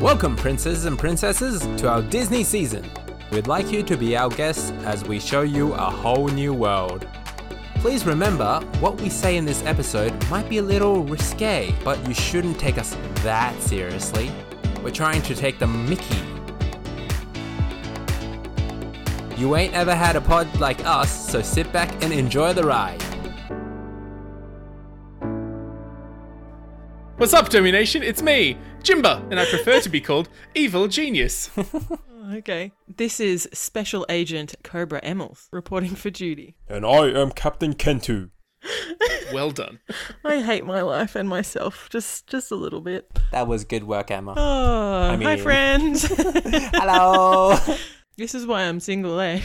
Welcome, princes and princesses, to our Disney season. We'd like you to be our guests as we show you a whole new world. Please remember, what we say in this episode might be a little risque, but you shouldn't take us that seriously. We're trying to take the mickey. You ain't ever had a pod like us, so sit back and enjoy the ride. What's up, Domination? It's me, Jimba, and I prefer to be called Evil Genius. Okay. This is Special Agent Cobra Emmels reporting for duty. And I am Captain Kentu. Well done. I hate my life and myself just just a little bit. That was good work, Emma. Oh, hi mean- friends. Hello! this is why I'm single, eh?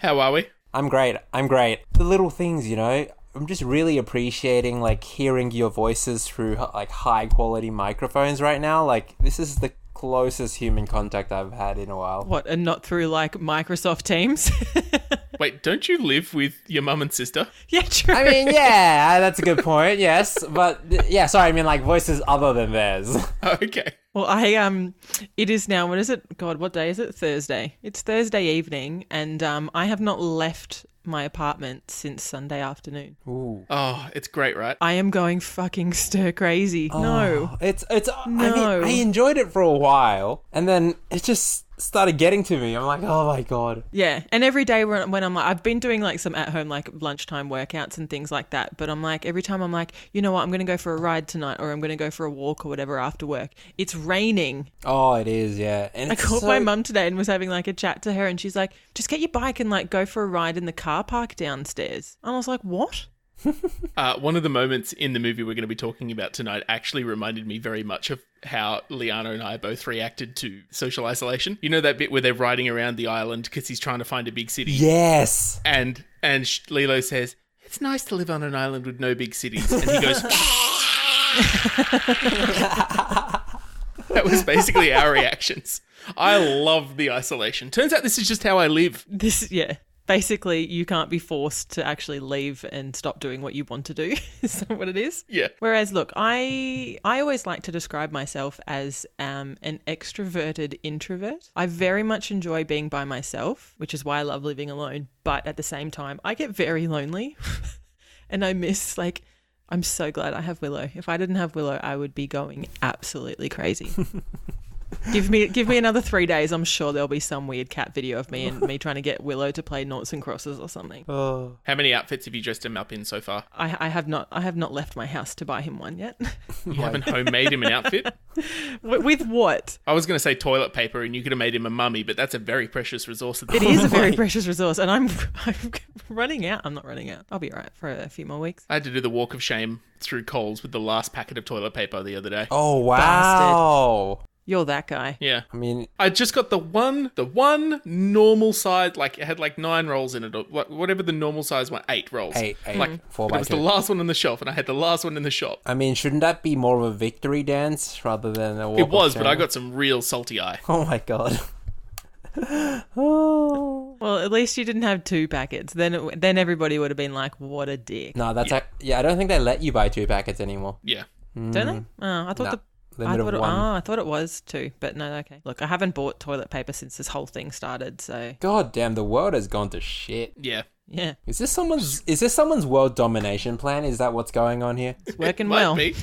How are we? I'm great. I'm great. The little things, you know. I'm just really appreciating like hearing your voices through h- like high quality microphones right now. Like this is the closest human contact I've had in a while. What, and not through like Microsoft Teams? Wait, don't you live with your mum and sister? yeah, true. I mean, yeah, uh, that's a good point. Yes, but th- yeah, sorry. I mean, like voices other than theirs. Oh, okay. Well, I um, it is now. What is it? God, what day is it? Thursday. It's Thursday evening, and um, I have not left my apartment since Sunday afternoon. Ooh. Oh, it's great, right? I am going fucking stir crazy. No, Oh, it's it's. I No. mean, I enjoyed it for a while, and then it just started getting to me. I'm like, oh my god. Yeah, and every day when, when I'm like, I've been doing like some at home like lunchtime workouts and things like that. But I'm like, every time I'm like, you know what, I'm gonna go for a ride tonight, or I'm gonna go for a walk or whatever after work. It's raining. Oh, it is. Yeah. And I it's called so- my mum today and was having like a chat to her, and she's like, just get your bike and like go for a ride in the car park downstairs. And I was like, what? Uh, one of the moments in the movie we're going to be talking about tonight actually reminded me very much of how Liana and I both reacted to social isolation. You know that bit where they're riding around the island because he's trying to find a big city, Yes. and and sh- Lilo says it's nice to live on an island with no big cities, and he goes. That was basically our reactions. I love the isolation. Turns out this is just how I live. This, yeah. Basically, you can't be forced to actually leave and stop doing what you want to do. is that what it is? Yeah. Whereas, look, I I always like to describe myself as um, an extroverted introvert. I very much enjoy being by myself, which is why I love living alone. But at the same time, I get very lonely, and I miss like. I'm so glad I have Willow. If I didn't have Willow, I would be going absolutely crazy. give me give me another three days. I'm sure there'll be some weird cat video of me and me trying to get Willow to play noughts and crosses or something. Oh. How many outfits have you dressed him up in so far? I, I have not I have not left my house to buy him one yet. You haven't homemade him an outfit? Wi- With what? I was going to say toilet paper, and you could have made him a mummy, but that's a very precious resource. At the It is a very precious resource, and I'm I'm running out. I'm not running out. I'll be all right for a few more weeks. I had to do the walk of shame through Coles with the last packet of toilet paper the other day. Oh wow. You're that guy. Yeah. I mean, I just got the one, the one normal size, like it had like nine rolls in it, or wha- whatever the normal size one, eight rolls. Eight, eight. Like, Four but by it was two. the last one on the shelf, and I had the last one in the shop. I mean, shouldn't that be more of a victory dance rather than a walk It of was, but I shame? got some real salty eye. Oh my god. oh. Well, at least you didn't have two packets. Then it, then everybody would have been like, "What a dick!" No, that's yeah. yeah. I don't think they let you buy two packets anymore. Yeah. Don't Mm. they? Oh, I thought Nah, the. I limit thought, of it, one. oh, I thought it was two, but no, okay. Look, I haven't bought toilet paper since this whole thing started, so God damn, the world has gone to shit. Yeah. yeah, Is this someone's? Is this someone's world domination plan? Is that what's going on here? it's working Might well. be.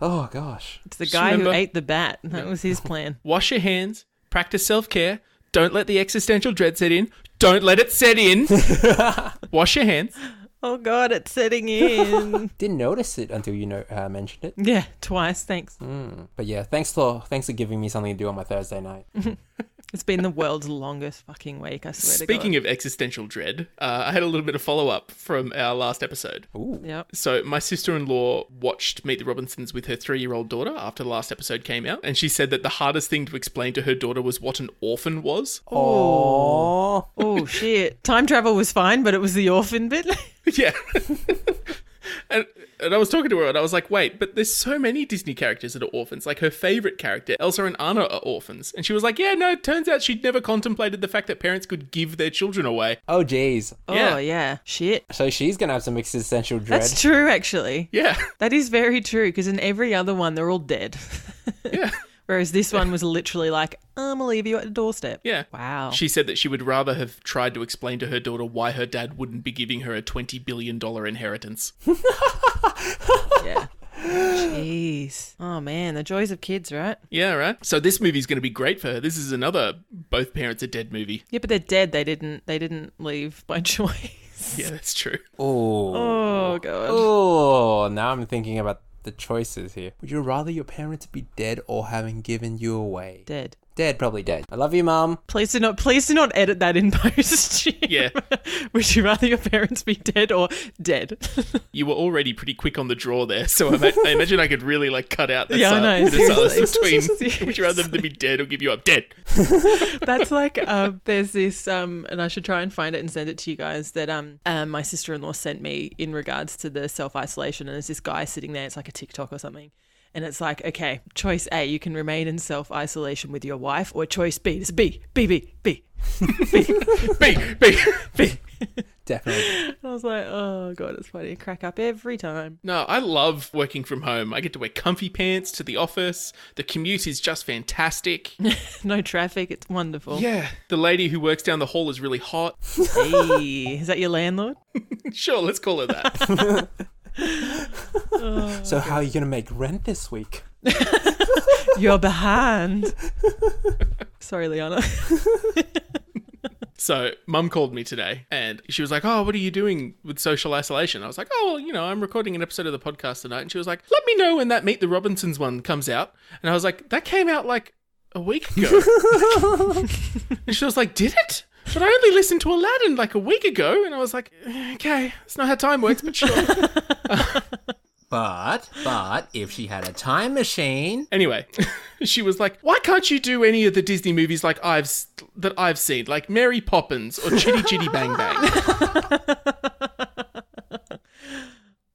Oh gosh. It's the Just guy who remember- ate the bat. That was his plan. Wash your hands, practice self care, don't let the existential dread set in, don't let it set in. Wash your hands. Oh God, it's setting in. Didn't notice it until you know, uh, mentioned it. yeah, twice. Thanks. But yeah, thanks for thanks for giving me something to do on my Thursday night. It's been the world's longest fucking week. I swear Speaking to of existential dread, uh, I had a little bit of follow up from our last episode. Ooh. God. Yep. So, my sister in law watched Meet the Robinsons with her three year old daughter after the last episode came out, and she said that the hardest thing to explain to her daughter was what an orphan was. Oh. Oh shit! Time travel was fine, but it was the orphan bit. yeah. and And I was talking to her and I was like, wait, but there's so many Disney characters that are orphans. Like her favorite character, Elsa and Anna, are orphans. And she was like, yeah, no, it turns out she'd never contemplated the fact that parents could give their children away. Oh, geez. Yeah. Oh yeah, shit. So she's going to have some existential dread. That's true, actually. Yeah. That is very true because in every other one they're all dead, Yeah. whereas this one was literally like, "I'm gonna leave you at the doorstep." Yeah. Wow. She said that she would rather have tried to explain to her daughter why her dad wouldn't be giving her a $20 billion inheritance. yeah. Jeez. Oh man, the joys of kids, right? yeah, right? So this movie's going to be great for her. This is another both parents are dead movie. Yeah, but they're dead. They didn't. They didn't leave by choice. Yeah, that's true. Oh. Oh god. Oh, now I'm thinking about the choices here. Would you rather your parents be dead or having given you away? Dead. Dead, probably dead. I love you, mum. Please do not. Please do not edit that in post. Jim. Yeah. Would you rather your parents be dead or dead? You were already pretty quick on the draw there, so I, ma- I imagine I could really like cut out the Yeah, I know, sil- the silence seriously. between would you rather them to be dead or give you up dead? That's like um, there's this um, and I should try and find it and send it to you guys that um, um my sister in law sent me in regards to the self isolation and there's this guy sitting there. It's like a TikTok or something. And it's like, okay, choice A, you can remain in self isolation with your wife, or choice B, this is B, B, B, B, B B B. Definitely. I was like, oh god, it's funny. I crack up every time. No, I love working from home. I get to wear comfy pants to the office. The commute is just fantastic. No traffic. It's wonderful. Yeah. The lady who works down the hall is really hot. Hey, is that your landlord? Sure, let's call her that. so, how are you going to make rent this week? You're behind. Sorry, Liana. so, mum called me today and she was like, Oh, what are you doing with social isolation? I was like, Oh, well, you know, I'm recording an episode of the podcast tonight. And she was like, Let me know when that Meet the Robinsons one comes out. And I was like, That came out like a week ago. and she was like, Did it? But I only listened to Aladdin like a week ago. And I was like, Okay, it's not how time works, but sure. But, but, if she had a time machine. Anyway, she was like, "Why can't you do any of the Disney movies like I've s- that I've seen, like Mary Poppins or Chitty Chitty Bang Bang?"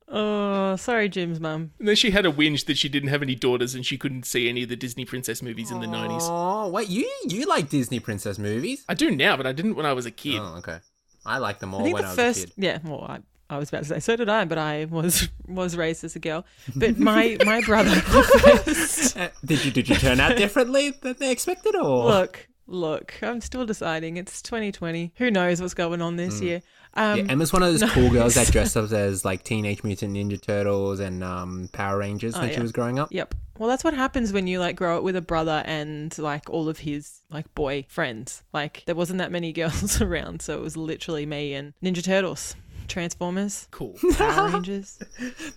Oh, sorry, Jim's mum. And then she had a whinge that she didn't have any daughters and she couldn't see any of the Disney princess movies in the nineties. Oh, wait, you you like Disney princess movies? I do now, but I didn't when I was a kid. Oh, okay. I like them all I think when the I was first, a kid. yeah. Well, I, I was about to say so did I, but I was was raised as a girl. But my my brother the first. Uh, did you did you turn out differently than they expected, or Look, look. I'm still deciding. It's 2020. Who knows what's going on this year? Um, Mm. Yeah, Emma's one of those cool girls that dressed up as like Teenage Mutant Ninja Turtles and um, Power Rangers when she Oh, yeah. was growing up. Yep. Well, that's what happens when you like grow up with a brother and like all of his like boy friends. Like there wasn't that many girls around, so it was literally me and Ninja Turtles, Transformers, Cool. Power Rangers.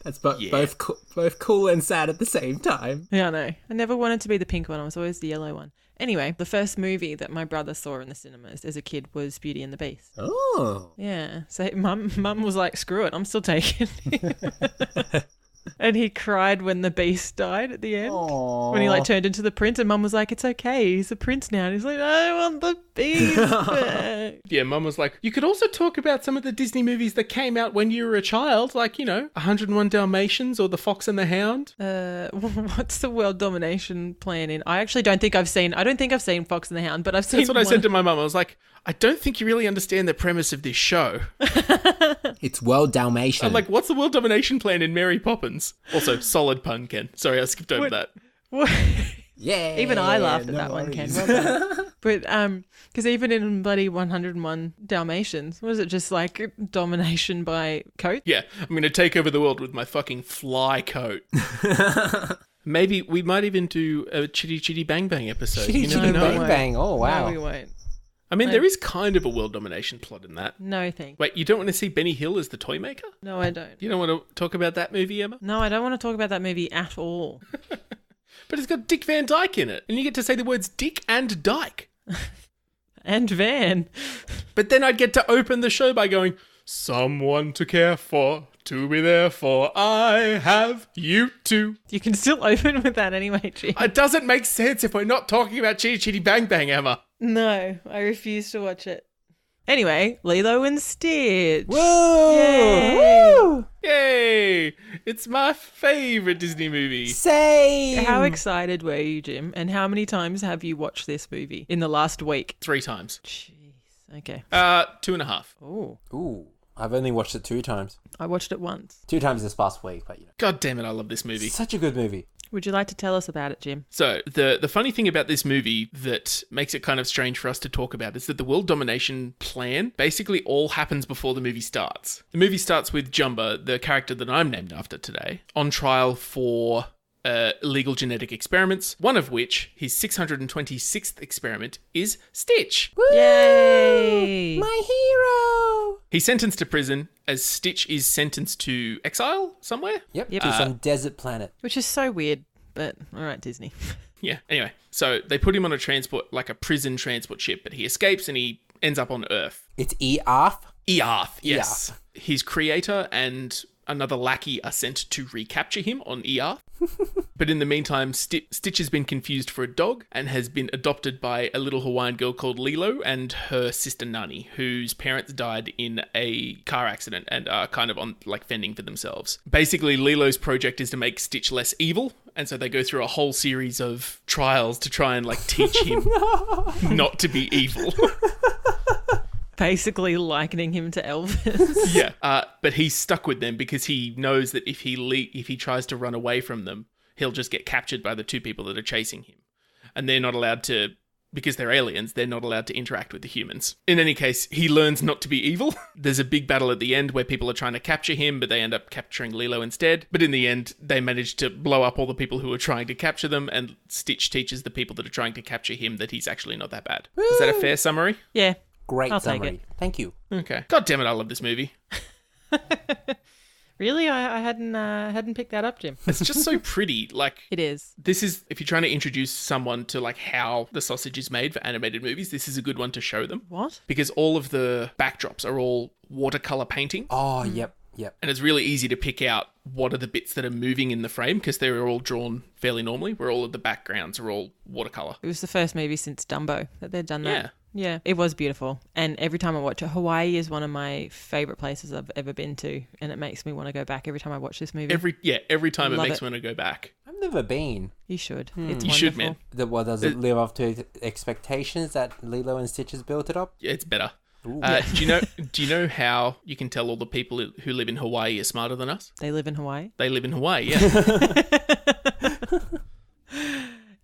That's bo- Yeah. both co- both cool and sad at the same time. Yeah, I know. I never wanted to be the pink one. I was always the yellow one. Anyway, the first movie that my brother saw in the cinemas as a kid was Beauty and the Beast. Oh, Yeah. So mum mum was like, "Screw it, I'm still taking." it." and he cried when the beast died at the end. when he like turned into the prince and mum was like it's okay he's a prince now and he's like i want the beast back." Yeah, Mum was like, "You could also talk about some of the Disney movies that came out when you were a child, like you know, 101 Dalmatians or The Fox and the Hound." uh what's the world domination plan in i actually don't think i've seen i don't think i've seen fox and the hound but i've seen That's what I said one- to my mum. I was like, "I don't think you really understand the premise of this show." It's well Dalmatian. I'm like, what's the world domination plan in Mary Poppins? Also, solid pun, Ken. Sorry, I skipped over that. yeah. even i laughed at no that one ken worries. well done. but um because even in bloody 101 dalmatians was it just like domination by coat Yeah, I'm going to take over the world with my fucking fly coat. Maybe we might even do a Chitty Chitty Bang Bang episode. Chitty you never Chitty know. Bang way. Bang. Oh wow. no we won't I mean, there is kind of a world domination plot in that. no thank Wait, you don't want to see Benny Hill as the toy maker? no i don't You don't want to talk about that movie, Emma? no i don't want to talk about that movie at all But it's got Dick Van Dyke in it, and you get to say the words Dick and Dyke. and van But then I'd get to open the show by going, Someone to care for, to be there for, I have you too. You can still open with that anyway, G. It doesn't make sense if we're not talking about Chitty Chitty Bang Bang, Emma. No, I refuse to watch it. Anyway, Lilo and Stitch. Whoa. Yay. Woo! Yay! It's my favorite Disney movie. Same. How excited were you, Jim? And how many times have you watched this movie in the last week? Three times. Jeez. Okay. Uh, two and a half. Oh, Ooh, I've only watched it two times. I watched it once. Two times this past week, but you know, God damn it, I love this movie. such a good movie. Would you like to tell us about it, Jim? So the the funny thing about this movie that makes it kind of strange for us to talk about is that the world domination plan basically all happens before the movie starts. The movie starts with Jumba, the character that I'm named after today, on trial for uh, illegal genetic experiments. One of which, his 626th experiment, is Stitch. Yay! My hero. He's sentenced to prison as Stitch is sentenced to exile somewhere. Yep. Yep. To Uh, some desert planet. Which is so weird, but all right, Disney. Yeah. Anyway, so they put him on a transport, like a prison transport ship, but he escapes and he ends up on Earth. It's E Earth. Earth, yes. His creator and another lackey are sent to recapture him on Earth. but in the meantime, Sti- Stitch has been confused for a dog and has been adopted by a little Hawaiian girl called Lilo and her sister Nani, whose parents died in a car accident and are kind of on like fending for themselves. Basically, Lilo's project is to make Stitch less evil, and so they go through a whole series of trials to try and like teach him not to be evil. Basically likening him to Elvis. yeah. Uh, but he's stuck with them because he knows that if he le- if he tries to run away from them, he'll just get captured by the two people that are chasing him, and they're not allowed to because they're aliens. They're not allowed to interact with the humans. In any case, he learns not to be evil. There's a big battle at the end where people are trying to capture him, but they end up capturing Lilo instead. But in the end, they manage to blow up all the people who are trying to capture them, and Stitch teaches the people that are trying to capture him that he's actually not that bad. Is that a fair summary? yeah. Great I'll take summary. Thank you. Okay. God damn it, I love this movie. Really, I, I hadn't uh, hadn't picked that up, Jim. It's just so pretty. Like It is. this is if you're trying to introduce someone to like how the sausage is made for animated movies this is a good one to show them What? because all of the backdrops are all watercolor painting Oh, Mm. yep, yep. and it's really easy to pick out what are the bits that are moving in the frame because they're all drawn fairly normally where all of the backgrounds are all watercolor It was the first movie since Dumbo that they'd done that. Yeah. Yeah, it was beautiful. And every time I watch it, Hawaii is one of my favorite places I've ever been to. And it makes me want to go back every time I watch this movie. every yeah every time Love it makes it. me want to go back I've never been. you should. It's Hmm. You wonderful. should, man. The, well, does it live up to expectations that Lilo and Stitch has built it up? Yeah, it's better uh, do you know do you know how you can tell all the people who live in hawaii are smarter than us They live in Hawaii. they live in hawaii yeah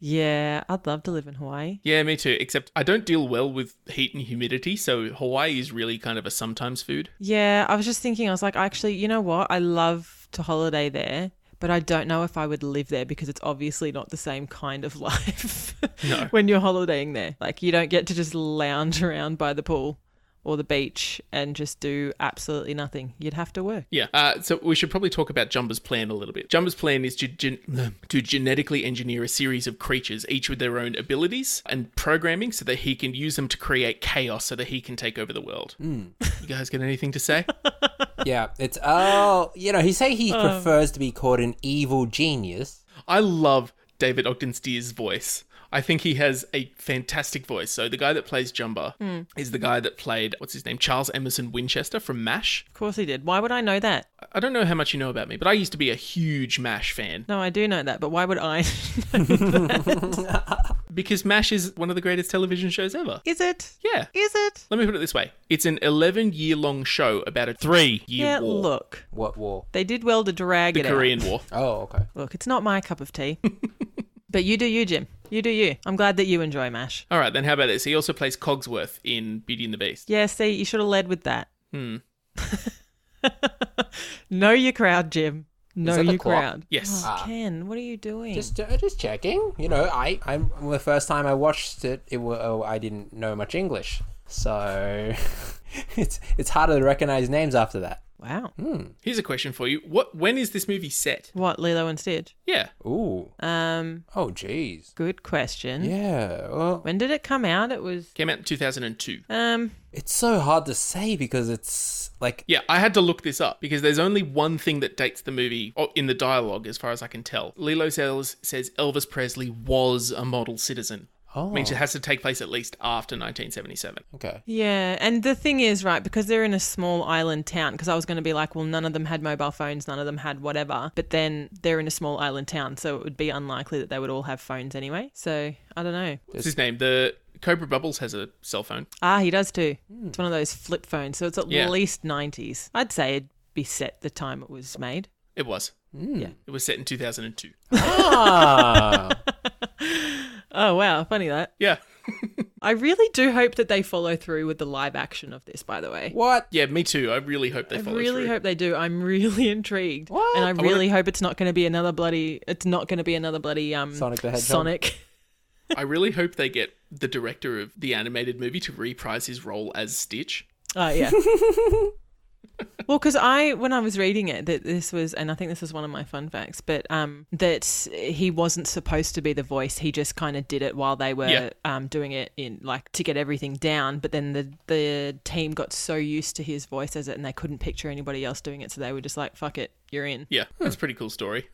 Yeah, I'd love to live in Hawaii. yeah me too except i don't deal well with heat and humidity so hawaii is really kind of a sometimes food Yeah, I was just thinking, I was like, actually, you know what? I love to holiday there, but I don't know if I would live there because it's obviously not the same kind of life No. when you're holidaying there. Like, you don't get to just lounge around by the pool or the beach and just do absolutely nothing. You'd have to work. Yeah. Uh, so we should probably talk about Jumba's plan a little bit. Jumba's plan is to, gen- to genetically engineer a series of creatures, each with their own abilities and programming, so that he can use them to create chaos, so that he can take over the world. You guys got anything to say? yeah, it's oh, you know, he say Um. he prefers to be called an evil genius. I love David Ogden Steer's voice. I think he has a fantastic voice. So the guy that plays Jumba is the guy that played what's his name, Charles Emerson Winchester from MASH. Of course, he did. Why would I know that? I- I don't know how much you know about me, but I used to be a huge MASH fan. No, I do know that, but why would I? because MASH is one of the greatest television shows ever. Is it? Yeah. Is it? Let me put it this way: it's an 11 year long show about a three year Yeah, war, look. What war? They did well to drag the it out. Korean War. Oh, okay. Look, it's not my cup of tea. but you do you, Jim. You do you. I'm glad that you enjoy MASH. All right, then how about this? He also plays Cogsworth in Beauty and the Beast. Yeah, see, you should have led with that. Hmm. know your crowd, Jim. Know that the your clock? Ah. crowd. Yes. Oh, Ken, what are you doing? Just, uh, just checking. You know, I, I'm the first time I watched it. It was, oh, I didn't know much English, so it's it's harder to recognize names after that. Wow. Hmm. Here's a question for you: What? When is this movie set? What, Lilo and Stitch? Yeah. Ooh, Um, oh, jeez. good question. Yeah, well, When did it come out? It was Came out in 2002. um it's so hard to say because it's like Yeah, I had to look this up because there's only one thing that dates the movie or in the dialogue, as far as I can tell. Lilo says, says Elvis Presley was a model citizen. Oh, means it has to take place at least after 1977. okay. Yeah, and the thing is, right, because they're in a small island town, because I was going to be like, well, none of them had mobile phones, none of them had whatever, but then they're in a small island town, so it would be unlikely that they would all have phones anyway. So I don't know. What's his name? The Cobra Bubbles has a cell phone. Ah, he does too. It's one of those flip phones, so it's at Yeah. least 90s. I'd say it'd be set the time it was made. It was. Yeah. It was set in 2002. Ah, Oh, wow, funny that. Yeah. I really do hope that they follow through with the live action of this, by the way. what? Yeah, me too. I really hope they I follow really through. hope they do. I'm really intrigued, What? and I I wanna- really hope it's not going to be another bloody. It's not going to be another bloody um Sonic the Hedgehog. Sonic. I really hope they get the director of the animated movie to reprise his role as Stitch. Oh yeah. well, because I when I was reading it that this was, and I think this was one of my fun facts, but um that he wasn't supposed to be the voice. He just kind of did it while they were Yeah. um doing it in like to get everything down. But then the the team got so used to his voice as it, and they couldn't picture anybody else doing it, so they were just like, "Fuck it, you're in." Yeah, that's a pretty cool story.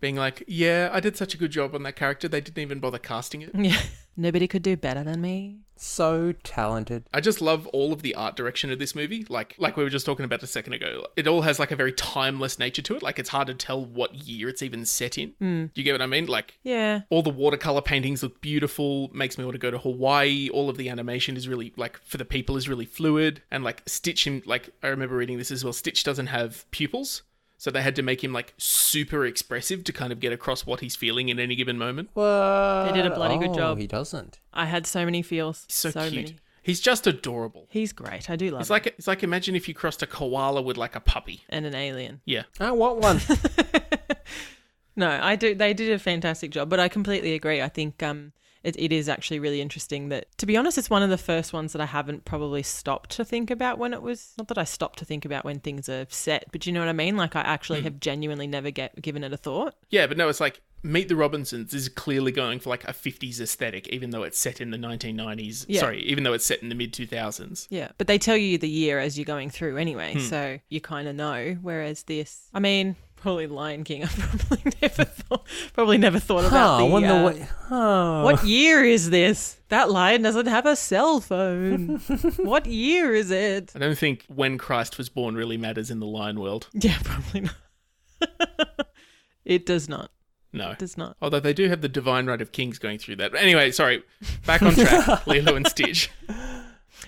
Being like, yeah, I did such a good job on that character, they didn't even bother casting it. Yeah. Nobody could do better than me. So talented. I just love all of the art direction of this movie. Like, like we were just talking about a second ago, it all has like a very timeless nature to it. Like, it's hard to tell what year it's even set in. Mm. Do you get what I mean? Like, Yeah. all the watercolor paintings look beautiful makes me want to go to hawaii all of the animation is really like for the people is really fluid and like stitch him like i remember reading this as well stitch doesn't have pupils so they had to make him like super expressive to kind of get across what he's feeling in any given moment What? They did a bloody good Oh, job. He doesn't. I had so many feels. he's so, cute Many. he's just adorable He's great. I do love it's him. like it's like imagine if you crossed a koala with like a puppy and an alien. yeah I want one. No, I do. They did a fantastic job, but I completely agree. I think um, it, it is actually really interesting that, to be honest, it's one of the first ones that I haven't probably stopped to think about when it was. Not that I stopped to think about when things are set, but you know what I mean. Like I Hmm. actually have genuinely never get given it a thought. yeah but no it's like meet the robinsons is clearly going for like a 50s aesthetic even though it's set in the 1990s Yeah. sorry even though it's set in the mid 2000s Yeah, but they tell you the year as you're going through anyway, so you kind of know. Whereas this, I mean, probably Lion King. I probably never thought, probably never thought Huh, about I the, wonder uh, what. Huh. What year is this? That lion doesn't have a cell phone. what year is it? I don't think when Christ was born really matters in the lion world. Yeah, probably not. it does not. No. Does not. Although they do have the divine right of kings going through that. But anyway, sorry. Back on track. Lilo and Stitch.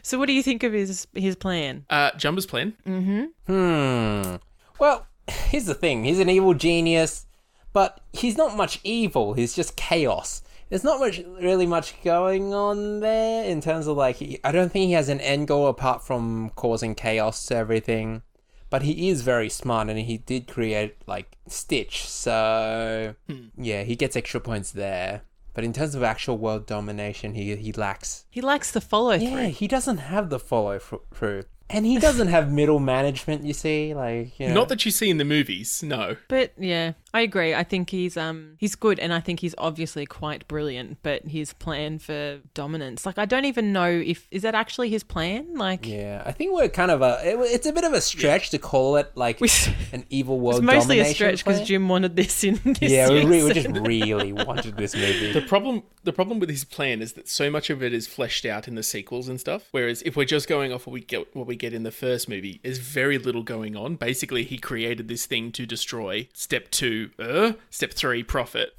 So, what do you think of his his plan? Uh, Jumba's plan. Hmm. Well, here's the thing. He's an evil genius, but he's not much evil. He's just chaos. There's not much, really much going on there in terms of like. He, I don't think he has an end goal apart from causing chaos to everything. But he is very smart, and he did create like Stitch. So yeah, he gets extra points there. But in terms of actual world domination, he he lacks. He likes the follow through. Yeah, he doesn't have the follow fr- through, and he doesn't have middle management. You see, like you know. Not that you see in the movies. No. But yeah, I agree. I think he's um he's good and I think he's obviously quite brilliant, but his plan for dominance, like I don't even know if is that actually his plan? Like Yeah, I think we're kind of a. It, it's a bit of a stretch to call it like We- an evil world. it's mostly a domination stretch because plan. Jim wanted this in this. Yeah, we, re- we season. just really wanted this movie. The problem the problem with his plan is that so much of it is fleshed out in the sequels and stuff. Whereas if we're just going off what we get what we get in the first movie, there's very little going on. Basically he created this thing to destroy step two, uh, step three, profit.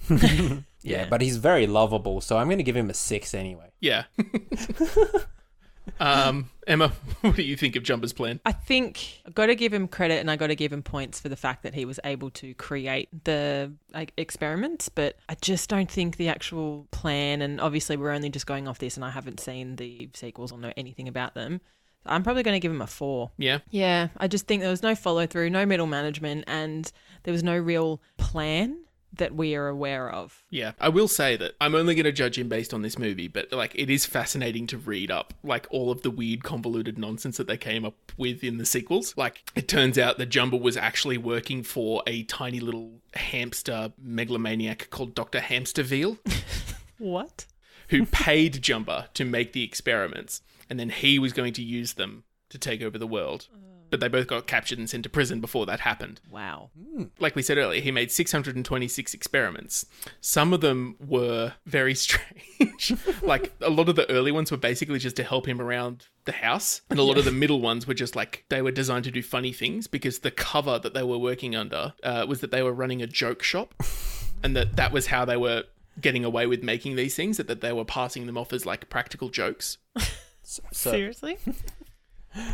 yeah, but he's very lovable, so I'm going to give him a six anyway. Yeah. um, Emma, what do you think of Jumper's plan? I think I've got to give him credit and I got to give him points for the fact that he was able to create the like experiments, but I just don't think the actual plan and obviously we're only just going off this and I haven't seen the sequels or know anything about them. I'm probably going to give him a 4. Yeah. Yeah, I just think there was no follow through, no middle management and there was no real plan that we are aware of. Yeah. I will say that I'm only going to judge him based on this movie, but like it is fascinating to read up like all of the weird convoluted nonsense that they came up with in the sequels. Like it turns out that Jumbo was actually working for a tiny little hamster megalomaniac called Dr. Hamsterville. What? who paid Jumba to make the experiments, and then he was going to use them to take over the world. but they both got captured and sent to prison before that happened. Wow. Like we said earlier, he made 626 experiments. Some of them were very strange. like a lot of the early ones were basically just to help him around the house, and a lot of the middle ones were just like they were designed to do funny things because the cover that they were working under uh, was that they were running a joke shop and that that was how they were getting away with making these things that, that they were passing them off as like practical jokes So, Seriously?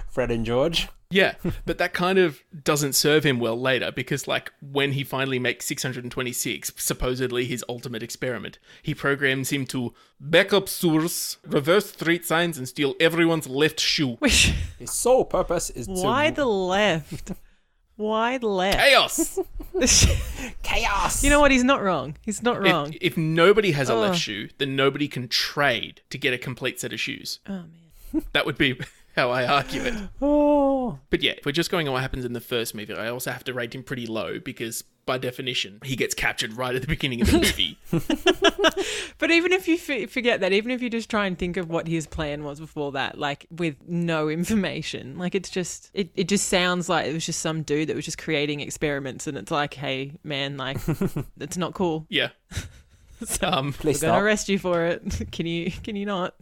Fred and George. yeah but that kind of doesn't serve him well later because like when he finally makes 626 supposedly his ultimate experiment he programs him to back up sewers reverse street signs and steal everyone's left shoe Which, His sole purpose is why to the left? Why the left? chaos chaos. you know what? He's not wrong. He's not wrong. if, if nobody has a Ugh. left shoe then nobody can trade to get a complete set of shoes oh, man. that would be how i argue it Oh. But yeah, if we're just going on what happens in the first movie, I also have to rate him pretty low because by definition, he gets captured right at the beginning of the movie. But even if you f- forget that, even if you just try and think of what his plan was before that, like with no information, like it's just, it, it just sounds like it was just some dude that was just creating experiments and it's like, hey, man, like, it's not cool. yeah. So Um, we're Please going to stop. arrest you for it. Can you, can you not?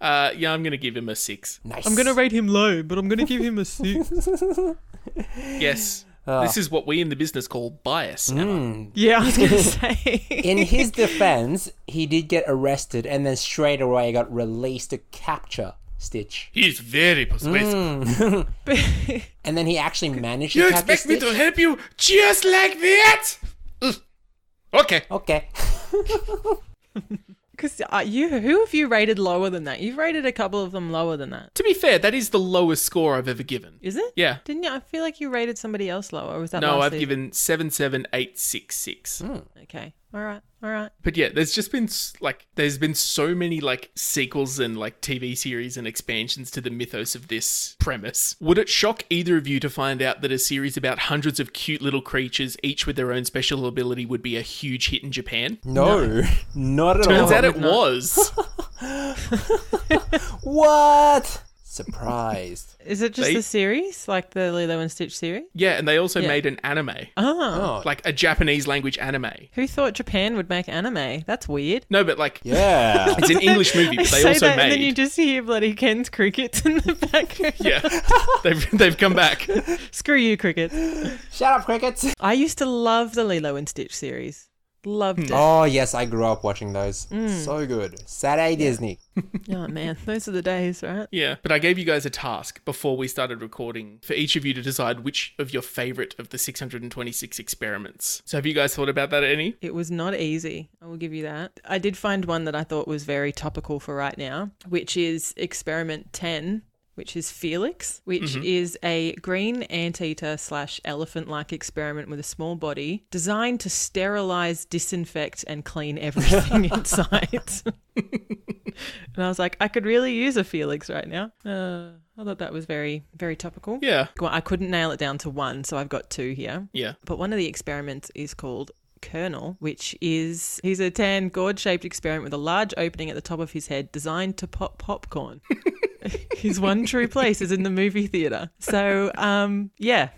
uh, yeah, I'm going to give him a six. nice. I'm going to rate him low, but I'm going to give him a six. Yes. This is what we in the business call bias. Emma. yeah, I was going to say. In his defense, he did get arrested and then straight away got released to capture Stitch. He's very persuasive. And then he actually managed You to capture expect me Stitch. to help you just like that? Ugh. Okay. Okay. Because uh, you, who have you rated lower than that? You've rated a couple of them lower than that. To be fair, that is the lowest score I've ever given. Is it? Yeah. Didn't you? I feel like you rated somebody else lower. Or was that No, last I've season? given 77866. Okay. All right. All right. But yeah, there's just been s- like there's been so many like sequels and like TV series and expansions to the mythos of this premise. Would it shock either of you to find out that a series about hundreds of cute little creatures, each with their own special ability, would be a huge hit in Japan? No, not at Turns all. out it was. What? Surprised. Is it just They- the series, like the Lilo and Stitch series? yeah, and they also made an anime, Oh. oh, like a Japanese language anime. Who thought Japan would make anime? That's weird. No, but like yeah. it's an English movie, but they Say also that, and then you made. just hear bloody Ken's crickets in the background. Yeah, they've they've come back. Screw you, crickets. Shut up, crickets. I used to love the Lilo and Stitch series. Loved it. Oh. Oh yes, I grew up watching those. So good. Saturday Disney. Oh, man, those are the days, right? Yeah, but I gave you guys a task before we started recording for each of you to decide which of your favorite of the 626 experiments. So have you guys thought about that any? It was not easy. I will give you that. I did find one that I thought was very topical for right now, which is experiment 10, which is Felix, which is a green anteater slash elephant like experiment with a small body designed to sterilize, disinfect, and clean everything inside. and I was like, I could really use a Felix right now. Uh, I thought that was very, very topical. Yeah. Well, I couldn't nail it down to one, so I've got two here. Yeah. But one of the experiments is called Colonel, which is he's a tan gourd shaped experiment with a large opening at the top of his head designed to pop popcorn. his one true place is in the movie theater. So, um, yeah.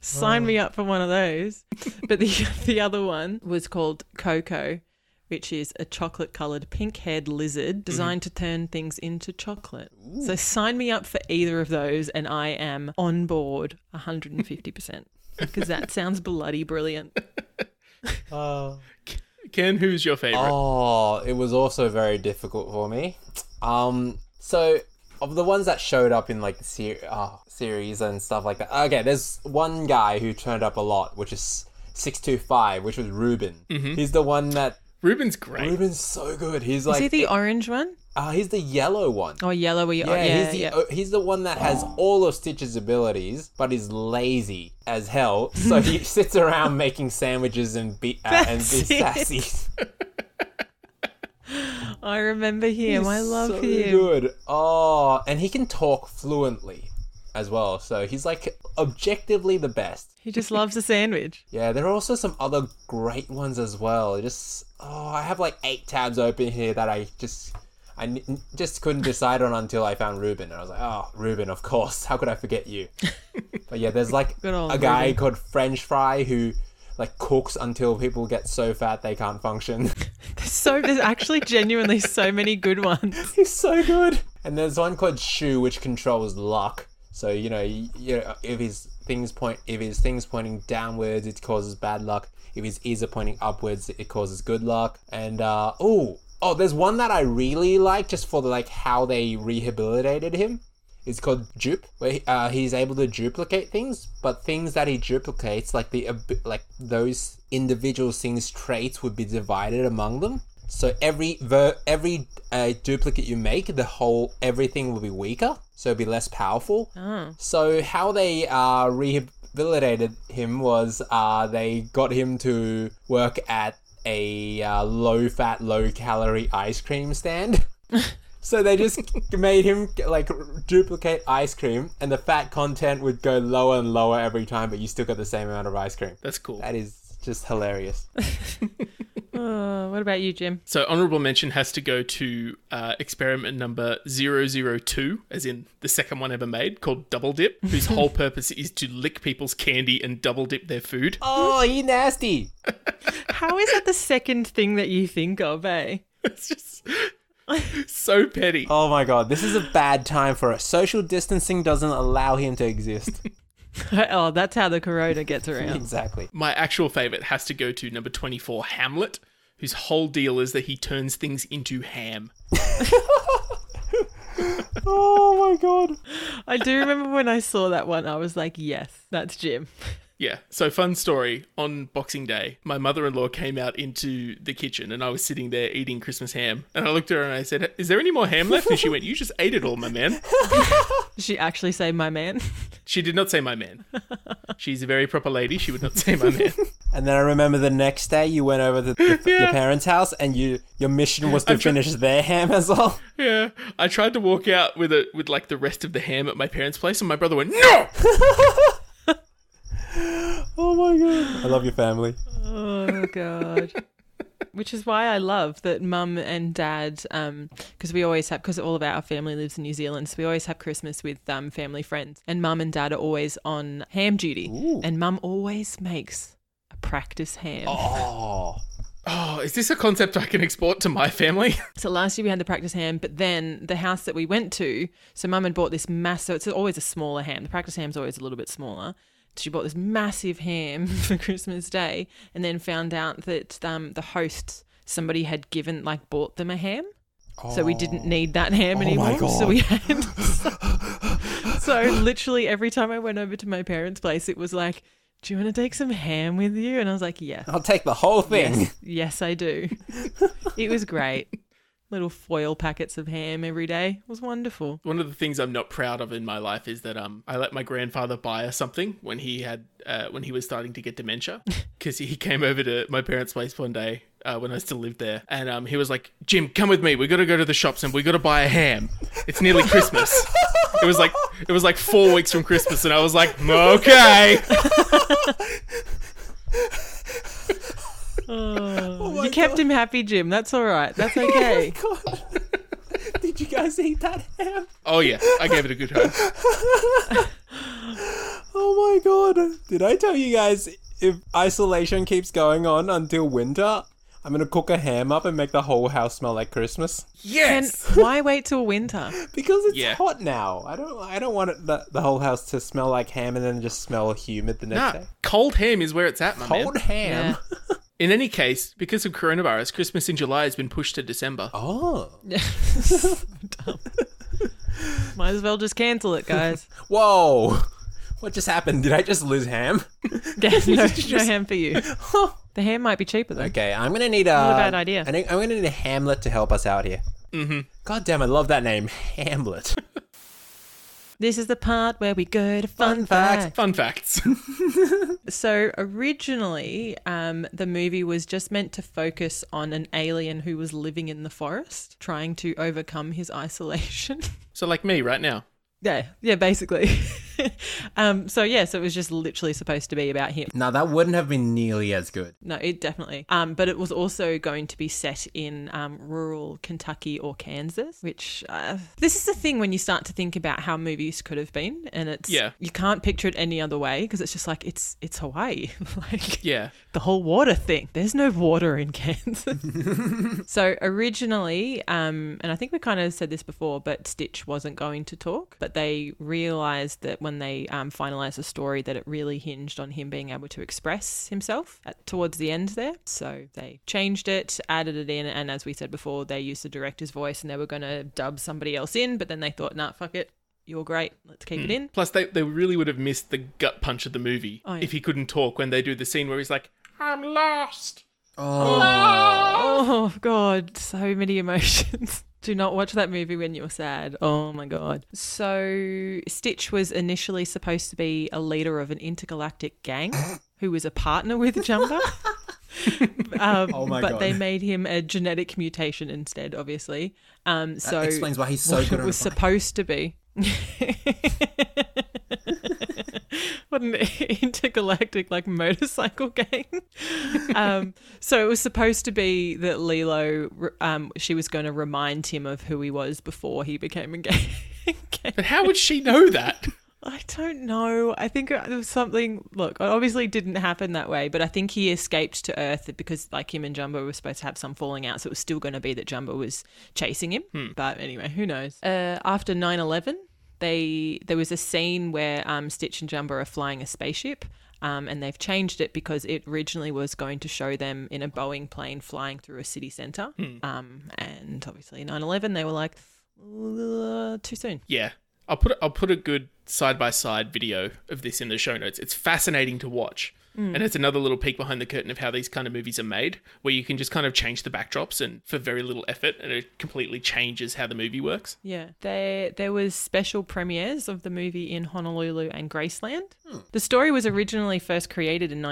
Sign me up for one of those. But the the other one was called Coco, which is a chocolate colored pink haired lizard designed to turn things into chocolate. So sign me up for either of those and I am on board 150% because that sounds bloody brilliant. Ken, who's your favorite? Oh, it was also very difficult for me. Um, so of the ones that showed up in like the ser- uh, series and stuff like that. Okay, there's one guy who turned up a lot, which is six two five, which was Ruben. He's the one that Ruben's great. Ruben's so good. He's Is like, he the orange one? uh, he's the yellow one. Oh, yellowy. Yeah, Yeah, yeah, he's the yeah. oh, he's the one that has all of Stitch's abilities, but is lazy as hell. So he sits around making sandwiches and be uh, and be That's it. sassy. I remember him. I He's love so him. Good. Oh, and he can talk fluently as well. So he's like objectively the best. He just loves a sandwich. Yeah, there are also some other great ones as well. Just oh, I have like eight tabs open here that I just I n- just couldn't decide on until I found Ruben, and I was like, oh, Ruben, of course. How could I forget you? but yeah, there's like Good old a guy Ruben. called French Fry who like cooks until people get so fat they can't function. So there's actually genuinely so many good ones. He's so good. And there's one called Shu, which controls luck. So you know, you, you know, if his things point, if his things pointing downwards, it causes bad luck. If his ears are pointing upwards, it causes good luck. And uh, oh, oh, there's one that I really like, just for the, like how they rehabilitated him. It's called dupe, where he- uh, he's able to duplicate things, but things that he duplicates, like the ab- like those individual things' traits, would be divided among them. So every ver- every uh, duplicate you make, the whole everything will be weaker, so it'll be less powerful. So how they uh, rehabilitated him was uh, they got him to work at a uh, low-fat, low-calorie ice cream stand. So they just made him like duplicate ice cream, and the fat content would go lower and lower every time, but you still got the same amount of ice cream. That's cool. That is just hilarious. Uh, what about you, Jim? So honorable mention has to go to uh, experiment number 002, as in the second one ever made, called Double Dip, whose whole purpose is to lick people's candy and double dip their food. Oh, you nasty! How is that the second thing that you think of, eh? It's just so petty. Oh my god, this is a bad time for it. Social distancing doesn't allow him to exist. oh, that's how the corona gets around. exactly. My actual favorite has to go to number 24, Hamlet, whose whole deal is that he turns things into ham. Oh my god. I do remember when I saw that one, I was like, yes, that's Jim. Yeah. So, fun story on Boxing Day, my mother in law came out into the kitchen and I was sitting there eating Christmas ham. And I looked at her and I said, Is there any more ham left? And she went, You just ate it all, my man. Did she actually say my man? She did not say my man. She's a very proper lady. She would not say my man. And then I remember the next day you went over to the, your Yeah. parents' house, and you your mission was to tr- finish their ham as well. Yeah. I tried to walk out with it with like the rest of the ham at my parents' place and my brother went, No! Oh my god. I love your family. Oh god. Which is why I love that mum and dad, because we always have, because all of our family lives in New Zealand, so we always have Christmas with um, family friends. And mum and dad are always on ham duty, Ooh. and mum always makes a practice ham. Oh. Oh, is this a concept I can export to my family? So last year we had the practice ham, but then the house that we went to, so mum had bought this mass. So it's always a smaller ham. The practice ham's always a little bit smaller. She bought this massive ham for Christmas Day, and then found out that um, the hosts somebody had given like bought them a ham, so we didn't need that ham anymore. Oh. my So we had. So, so literally every time I went over to my parents' place, it was like, "Do you want to take some ham with you?" And I was like, "Yeah." I'll take the whole thing. Yes, I do. it was great. Little foil packets of ham every day. It was wonderful. One of the things I'm not proud of in my life is that um, I let my grandfather buy us something when he had uh, when he was starting to get dementia, because he came over to my parents' place one day uh, when I still lived there, and um, he was like, "Jim, come with me. We got to go to the shops and we got to buy a ham. It's nearly Christmas." it was like it was like four weeks from Christmas, and I was like, "Okay." Oh, you kept him happy, Jim. That's all right. That's okay. Oh God. Did you guys eat that ham? oh yeah, I gave it a good home. Oh my god. Did I tell you guys if isolation keeps going on until winter, I'm gonna cook a ham up and make the whole house smell like Christmas? and Yes. why wait till winter? Because it's Yeah. hot now. I don't I don't want it, the, the whole house to smell like ham and then just smell humid the next Nah, day. cold ham is where it's at, my man. Cold ham. In any case, because of coronavirus, Christmas in July has been pushed to December. Oh. Dumb. Might as well just cancel it, guys. Whoa. What just happened? Did I just lose ham? no, no ham for you. The ham might be cheaper though. Okay, I'm gonna need a. a bad idea. I think I'm gonna need a Hamlet to help us out here. Mm-hmm. God damn, I love that name, Hamlet. This is the part where we go to fun, Fun facts. facts. Fun facts. So originally, um, the movie was just meant to focus on an alien who was living in the forest, trying to overcome his isolation. So, like me right now. yeah, yeah, basically. um, so yeah, so it was just literally supposed to be about him. Now, that wouldn't have been nearly as good. No, it definitely. Um, but it was also going to be set in um, rural Kentucky or Kansas, which uh, this is the thing when you start to think about how movies could have been, and it's Yeah. you can't picture it any other way because it's just like it's it's Hawaii, like Yeah. the whole water thing. There's no water in Kansas. so originally, um, and I think we kind of said this before, but Stitch wasn't going to talk. But they realized that when they um, finalized the story, that it really hinged on him being able to express himself at, towards the end there. So they changed it, added it in, and as we said before, they used the director's voice, and they were going to dub somebody else in. But then they thought, nah, fuck it, you're great, let's keep it in. Plus, they, they really would have missed the gut punch of the movie Oh, yeah. if he couldn't talk when they do the scene where he's like, I'm lost. Oh god, so many emotions. Do not watch that movie when you're sad. Oh my god. So Stitch was initially supposed to be a leader of an intergalactic gang who was a partner with Jumba. um, Oh my but God. they made him a genetic mutation instead, obviously. Uh, Um, so explains why he's so what good It on was fire. supposed to be. what an intergalactic like motorcycle gang. um, so it was supposed to be that Lilo, um, she was going to remind him of who he was before he became a gang. gang. But how would she know that? I don't know. I think uh, there was something. Look, it obviously didn't happen that way, but I think he escaped to Earth because, like, him and Jumbo were supposed to have some falling out, so it was still going to be that Jumbo was chasing him. But anyway, who knows? Hmm. Uh, after 9 11, they, there was a scene where um, Stitch and Jumbo are flying a spaceship. Um, and they've changed it because it originally was going to show them in a Boeing plane flying through a city centre. Um, and obviously, 9 11, they were like, "Uh, too soon. Yeah. I'll put I'll put a good side by side video of this in the show notes. It's fascinating to watch. And it's another little peek behind the curtain of how these kind of movies are made, where you can just kind of change the backdrops and for very little effort and it completely changes how the movie works. Yeah, there there was special premieres of the movie in Honolulu and Graceland. The story was originally first created in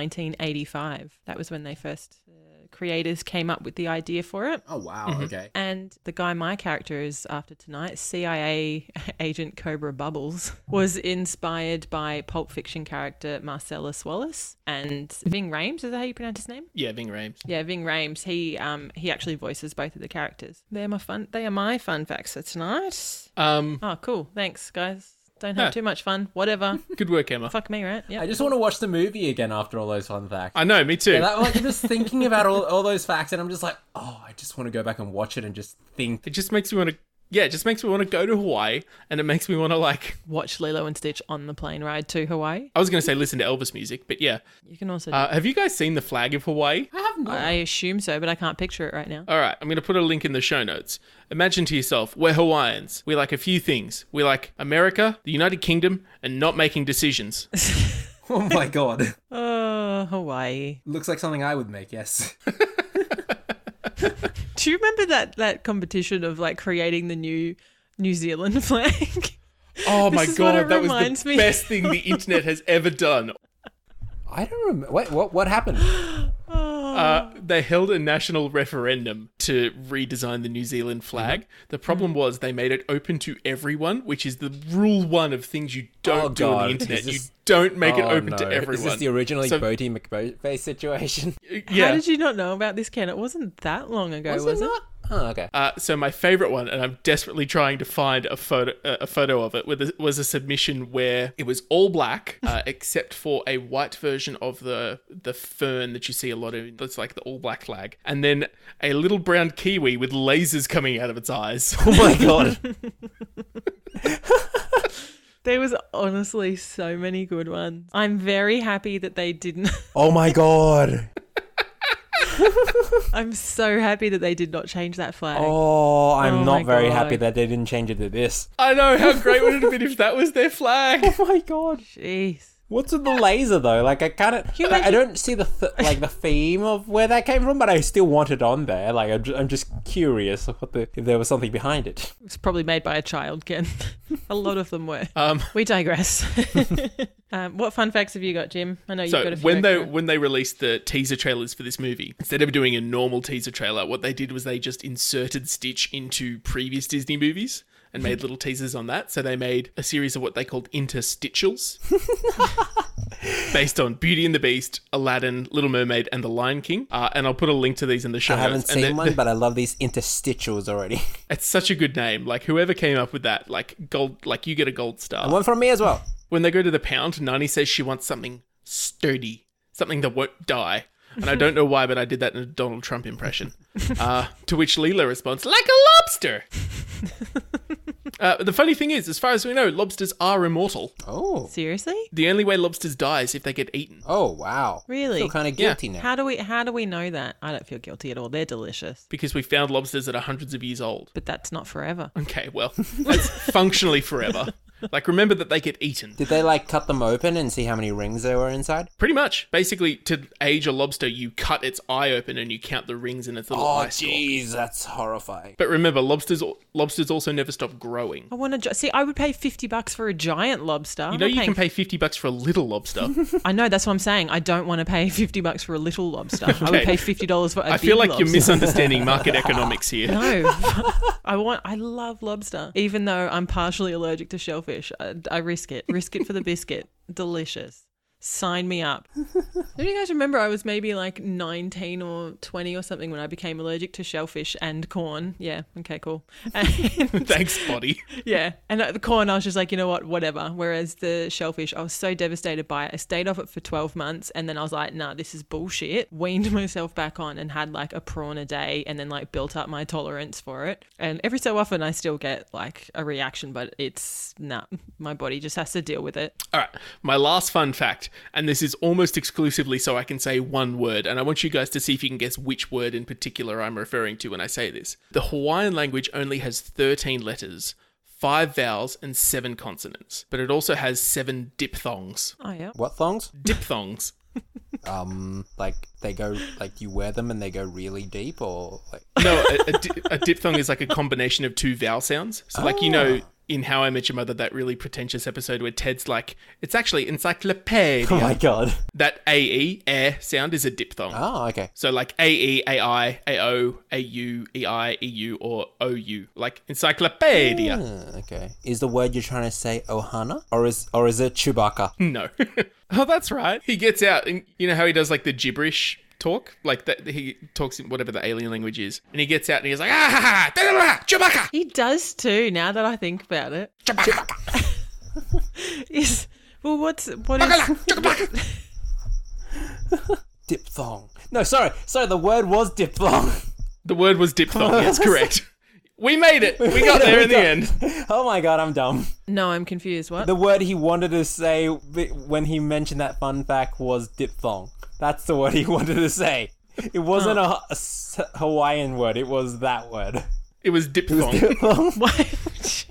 1985. That was when they first uh, creators came up with the idea for it. Oh, wow. Mm-hmm. Okay. And the guy my character is after tonight, CIA agent Cobra Bubbles, was inspired by Pulp Fiction character Marcellus Wallace and Ving Rhames. Is that how you pronounce his name? Yeah, Ving Rhames. Yeah, Ving Rhames. He um he actually voices both of the characters. They're my fun. They are my fun facts for tonight. Um, Oh, cool. Thanks, guys. Don't have Huh. too much fun. Whatever. good work, Emma. Fuck me, right? I Yeah. just want to watch the movie again after all those fun facts. I know, me too. Yeah, that, like, I'm just thinking about all, all those facts, and I'm just like, oh, I just want to go back and watch it and just think. it just makes me want to yeah, it just makes me want to go to Hawaii and it makes me want to like Watch Lilo and Stitch on the plane ride to Hawaii. I was going to say listen to Elvis music, but yeah. You can also. do Uh, have you guys seen The Flag of Hawaii? I have not. I assume so, but I can't picture it right now. All right, I'm going to put a link in the show notes. Imagine to yourself, we're Hawaiians. We like a few things. We like America, the United Kingdom, and not making decisions. Oh my god. Oh, Hawaii. Looks like something I would make, yes. Do you remember that that competition of like creating the new New Zealand flag? Oh This my is what god, it that was reminds the me best thing the internet has ever done. I don't remember. Wait, what, what happened? Uh, Oh. they held a national referendum to redesign the New Zealand flag. Mm-hmm. The problem was they made it open to everyone, which is the rule one of things you don't Oh, do on God. the internet. Is this- You don't make it Oh, open to no. everyone. Is this the originally So- Bodie McBoatface situation? How yeah. did you not know about this, Ken? It wasn't that long ago, was, it? Oh, okay. Uh, so my favorite one, and I'm desperately trying to find a photo uh, a photo of it, with a, was a submission where it was all black uh, except for a white version of the the fern that you see a lot of. That's like the all black flag, and then a little brown kiwi with lasers coming out of its eyes. Oh my god. There was honestly so many good ones. I'm very happy that they didn't. oh my god. I'm so happy that they did not change that flag. Oh, I'm Oh my not very happy God. that they didn't change it to this. I know how great would it have been if that was their flag. Oh my god. Jeez. What's with the laser though? Like I kind of, you I imagine- don't see the th- like the theme of where that came from, but I still want it on there. Like I'm just, I'm just curious of what the, if there was something behind it. It's probably made by a child, Ken. a lot of them were. Um, We digress. um, what fun facts have you got, Jim? I know you've got So a few. when they extra. when they released the teaser trailers for this movie, instead of doing a normal teaser trailer, what they did was they just inserted Stitch into previous Disney movies. and made little teasers on that. So they made a series of what they called interstitials based on Beauty and the Beast, Aladdin, Little Mermaid, and The Lion King. Uh, and I'll put a link to these in the show I haven't notes. seen And they- one, but I love these interstitials already. It's such a good name. Like whoever came up with that, like gold, like you get a gold star. one from me as well. When they go to the pound, Nani says she wants something sturdy, something that won't die. And I don't know why, but I did that in a Donald Trump impression. Uh, to which Leela responds, like a lobster. uh, the funny thing is, as far as we know, lobsters are immortal. Oh. Seriously? The only way lobsters die is if they get eaten. Oh, wow. Really? Feel kind of guilty now. How do we how do we know that? I don't feel guilty at all. They're delicious. Because we found lobsters that are hundreds of years old. But that's not forever. Okay, well, that's functionally forever. Like, remember that they get eaten. Did they like cut them open and see how many rings there were inside? Pretty much. Basically, to age a lobster, you cut its eye open and you count the rings in its little Oh, eye stalk. jeez, that's horrifying. But remember, lobsters lobsters also never stop growing. I want to ju- see. I would pay fifty bucks for a giant lobster. You know, you can pay fifty bucks for a little lobster. I know that's what I'm saying. I don't want to pay fifty bucks for a little lobster. I would Okay. pay fifty dollars for a I feel big like lobster. you're misunderstanding market economics here. No, I want. I love lobster, even though I'm partially allergic to shellfish. I, I risk it. Risk it for the biscuit. Delicious. Sign me up. Don't you guys remember? I was maybe like 19 or 20 or something when I became allergic to shellfish and corn. Yeah. Okay. Cool. And Thanks, body. yeah. And at the corn, I was just like, you know what? Whatever. Whereas the shellfish, I was so devastated by it. I stayed off it for 12 months and then I was like, nah, this is bullshit. Weaned myself back on and had like a prawn a day and then like built up my tolerance for it. And every so often, I still get like a reaction, but it's nah, my body just has to deal with it. All right, my last fun fact, and this is almost exclusively so I can say one word, and I want you guys to see if you can guess which word in particular I'm referring to when I say this. The Hawaiian language only has 13 letters, five vowels, and seven consonants, but it also has seven diphthongs. Oh, yeah. What thongs? Diphthongs. Um, like they go, like you wear them and they go really deep, or like No, a, a, di- a diphthong is like a combination of two vowel sounds. So, like, you know, in How I Met Your Mother, that really pretentious episode where Ted's like, it's actually encyclopedia. oh my god. That AE, eh, sound is a diphthong. Oh, okay. So, like E, AE, AI, AO, AU, EI, EU, E or OU. Like, encyclopedia. Uh, okay. Is the word you're trying to say Ohana, or is or is it Chewbacca? No. oh, that's right. He gets out, and you know how he does like the gibberish talk, like that he talks in whatever the alien language is, and he gets out and he's like, ah, ha, ha, da, da, da, da, Chewbacca, He does too, now that I think about it. Chewbacca, Is, well, what's. What is. Chewbacca, Chewbacca. Diphthong. No, sorry, sorry. The word was diphthong. The word was diphthong. That's correct. We made it. We got there in the end. oh my god, I'm dumb. No, I'm confused. What? The word he wanted to say b- when he mentioned that fun fact was diphthong. That's the word he wanted to say. It wasn't a, a s- Hawaiian word. It was that word. It was diphthong. Diphthong. Why would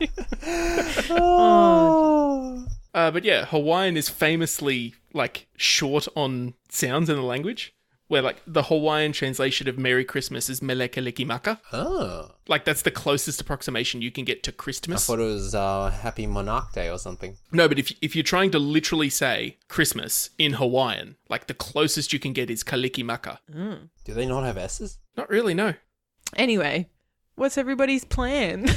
you- Oh. Uh, but yeah, Hawaiian is famously like short on sounds in the language. Where like the Hawaiian translation of Merry Christmas is Melekalikimaka. oh. Like that's the closest approximation you can get to Christmas. Thought it was uh, Happy Monarch Day or something. No, but if if you're trying to literally say Christmas in Hawaiian, like the closest you can get is Kalikimaka. Do they not have S's? Not really, no. Anyway, what's everybody's plan?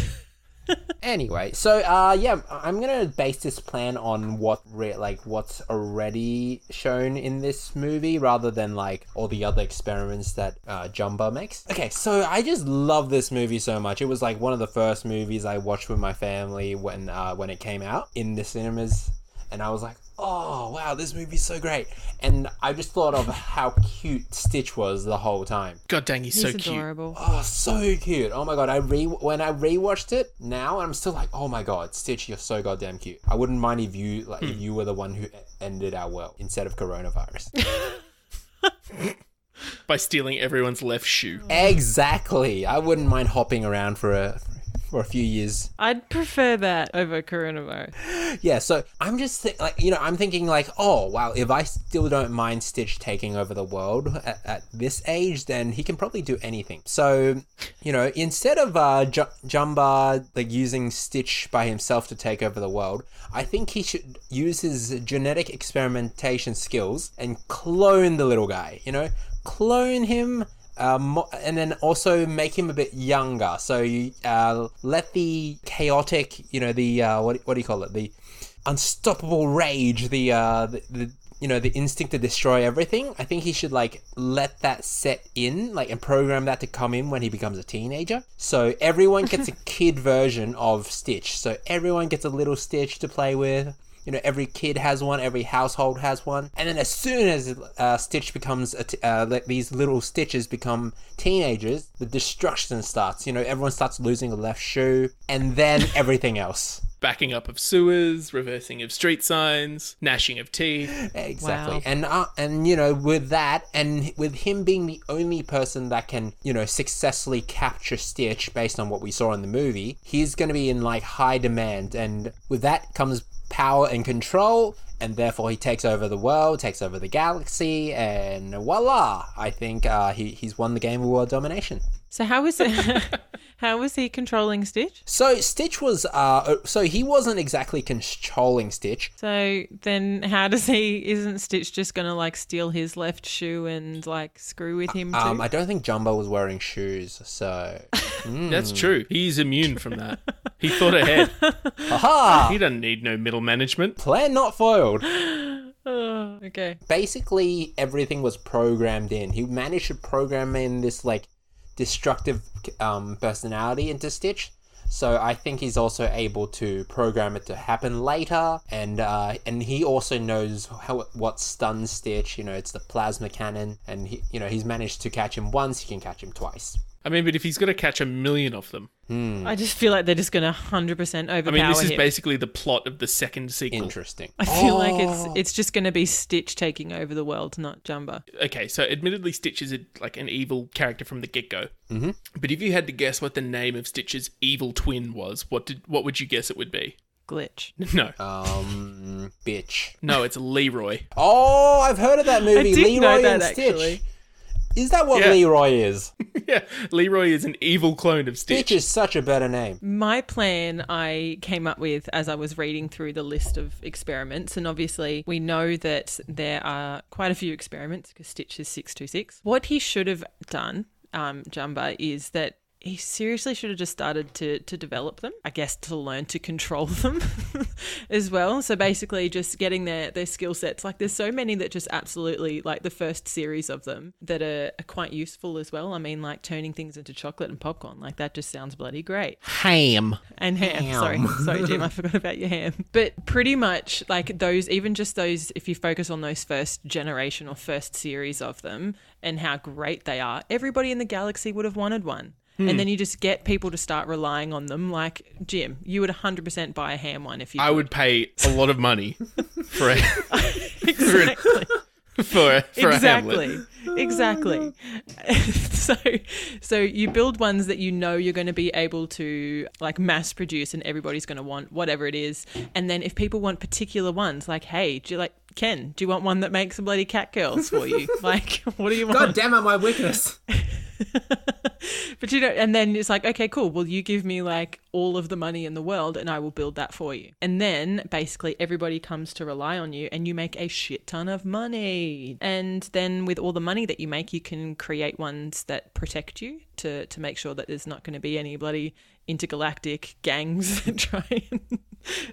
Anyway, so uh, yeah, I'm gonna base this plan on what re- like what's already shown in this movie, rather than like all the other experiments that uh, Jumba makes. Okay, so I just love this movie so much. It was like one of the first movies I watched with my family when uh, when it came out in the cinemas, and I was like, oh wow, this movie's so great. And I just thought of how cute Stitch was the whole time. God dang, he's, so cute. Oh, so cute. Oh my god, I re when I rewatched it now, I'm still like, oh my god, Stitch, you're so goddamn cute. I wouldn't mind if you like if you were the one who e- ended our world instead of coronavirus. By stealing everyone's left shoe. exactly. I wouldn't mind hopping around for a for a few years. I'd prefer that over coronavirus. Yeah, so I'm just think, like you know, I'm thinking like, oh wow, if I still don't mind Stitch taking over the world at, at this age, then he can probably do anything. So, you know, instead of uh, J- Jumba like using Stitch by himself to take over the world, I think he should use his genetic experimentation skills and clone the little guy. You know, clone him Um, mo- and then also make him a bit younger. So you uh, let the chaotic, you know, the uh, what what do you call it? The unstoppable rage, the uh, the, the you know, the instinct to destroy everything. I think he should like let that set in, like, and program that to come in when he becomes a teenager. So everyone gets a kid version of Stitch. So everyone gets a little Stitch to play with. You know, every kid has one, every household has one. And then as soon as uh, Stitch becomes, a t- uh, like these little Stitches become teenagers, the destruction starts. You know, everyone starts losing a left shoe, and then everything else. Backing up of sewers, reversing of street signs, gnashing of teeth. Exactly. Wow. And uh, and you know, with that and with him being the only person that can, you know, successfully capture Stitch based on what we saw in the movie, he's going to be in like high demand and with that comes power and control and therefore he takes over the world, takes over the galaxy and voila, I think uh, he he's won the game of world domination. So how was it? how was he controlling Stitch? So Stitch was uh so he wasn't exactly controlling Stitch. So then, how does he? Isn't Stitch just gonna like steal his left shoe and like screw with him Uh, too? Um I don't think Jumbo was wearing shoes, so Mm. That's true. He's immune from that. He thought ahead. aha. He doesn't need no middle management. Plan not foiled. Oh, okay. Basically, everything was programmed in. He managed to program in this like destructive um, personality into Stitch. So I think he's also able to program it to happen later, and uh, and he also knows how what stuns Stitch. You know, it's the plasma cannon, and he, you know he's managed to catch him once. He can catch him twice. I mean, but if he's got to catch a million of them, I just feel like they're just gonna hundred percent Hmm. I overpower mean, this is him. basically the plot of the second sequel. Interesting. I feel like Oh. it's it's just gonna be Stitch taking over the world, not Jumba. Okay, so admittedly, Stitch is a, like an evil character from the get go. Mm-hmm. But if you had to guess what the name of Stitch's evil twin was, what did what would you guess it would be? Glitch. No, Uh. Um, bitch. no, it's Leroy. Oh, I've heard of that movie, did Leroy know that, and Stitch. actually. Is that what Yeah. Leroy is? yeah, Leroy is an evil clone of Stitch. Stitch is such a better name. My plan I came up with as I was reading through the list of experiments, and obviously we know that there are quite a few experiments because Stitch is 626. What he should have done, um, Jumba, is that he seriously should have just started to, to develop them, I guess, to learn to control them as well. So basically, just getting their, their skill sets. Like, there's so many that just absolutely, like, the first series of them that are, are quite useful as well. I mean, like, turning things into chocolate and popcorn, like, that just sounds bloody great Ham. and ham. Sorry, sorry, Jim, I forgot about your ham. But pretty much, like those, even just those, if you focus on those first generation or first series of them and how great they are, everybody in the galaxy would have wanted one. Hmm. And then you just get people to start relying on them. Like Jim, you would 100% buy a ham one if you. I could. would pay a lot of money for a, for a, Exactly. for a, for a Hamlet. exactly exactly so so you build ones that you know you're going to be able to like mass produce and everybody's going to want whatever it is and then if people want particular ones like hey do you like ken do you want one that makes the bloody cat girls for you like what do you want God damn it, my weakness. but you know and then it's like okay cool well you give me like all of the money in the world and i will build that for you and then basically everybody comes to rely on you and you make a shit ton of money and then with all the money that you make you can create ones that protect you to to make sure that there's not going to be any bloody intergalactic gangs that try and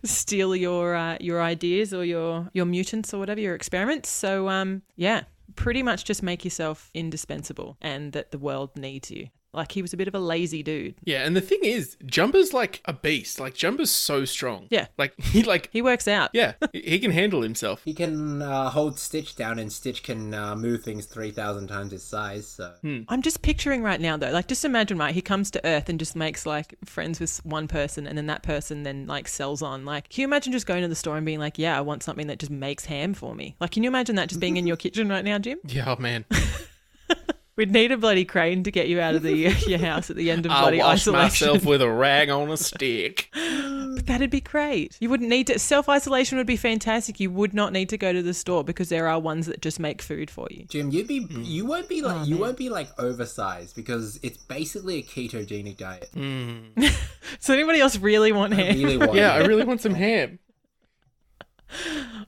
steal your uh, your ideas or your your mutants or whatever your experiments so um yeah pretty much just make yourself indispensable and that the world needs you. Like he was a bit of a lazy dude. Yeah, and the thing is, Jumba's like a beast. Like Jumba's so strong. Yeah. like he like He works out. yeah, he- he can handle himself. He can uh, hold Stitch down, and Stitch can uh, move things 3,000 times his size, so. Hmm. I'm just picturing right now though, like just imagine right, he comes to Earth and just makes like friends with one person and then that person then like sells on. Like can you imagine just going to the store and being like, Yeah, I want something that just makes ham for me? Like can you imagine that just being in your kitchen right now, Jim? Yeah, oh man. We'd need a bloody crane to get you out of the your house at the end of I bloody wash isolation. myself with a rag on a stick. But that'd be great. You wouldn't need to. Self isolation would be fantastic. You would not need to go to the store because there are ones that just make food for you. Jim, you'd be Hmm. you won't be Oh, like you won't be like oversized because it's basically a ketogenic diet. Hmm. So anybody else really want ham? Really want Yeah, it. I really want some ham.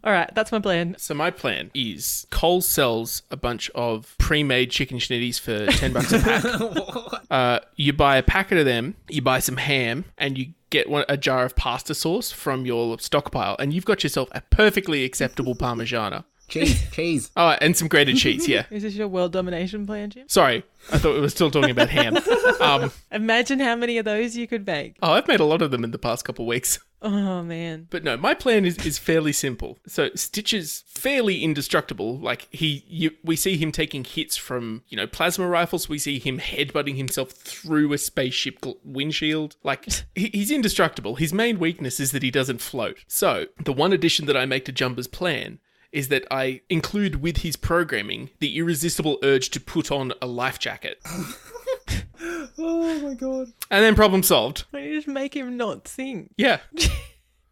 All right, that's my plan. So my plan is Cole sells a bunch of pre-made chicken schnitties for ten bucks a pack. uh, you buy a packet of them, you buy some ham, and you get one, a jar of pasta sauce from your stockpile, and you've got yourself a perfectly acceptable parmigiana. Cheese, cheese. Oh, and some grated cheese. Yeah. Is this your world domination plan, Jim? Sorry, I thought we were still talking about ham. Um, Imagine how many of those you could make. oh, I've made a lot of them in the past couple of weeks. Oh man. But no, my plan is, is fairly simple. So Stitch is fairly indestructible. Like he, you, we see him taking hits from you know plasma rifles. We see him headbutting himself through a spaceship gl- windshield. Like he, he's indestructible. His main weakness is that he doesn't float. So the one addition that I make to Jumper's plan is that I include with his programming the irresistible urge to put on a life jacket, Oh my god. and then problem solved. Why don't you just make him not sink? Yeah.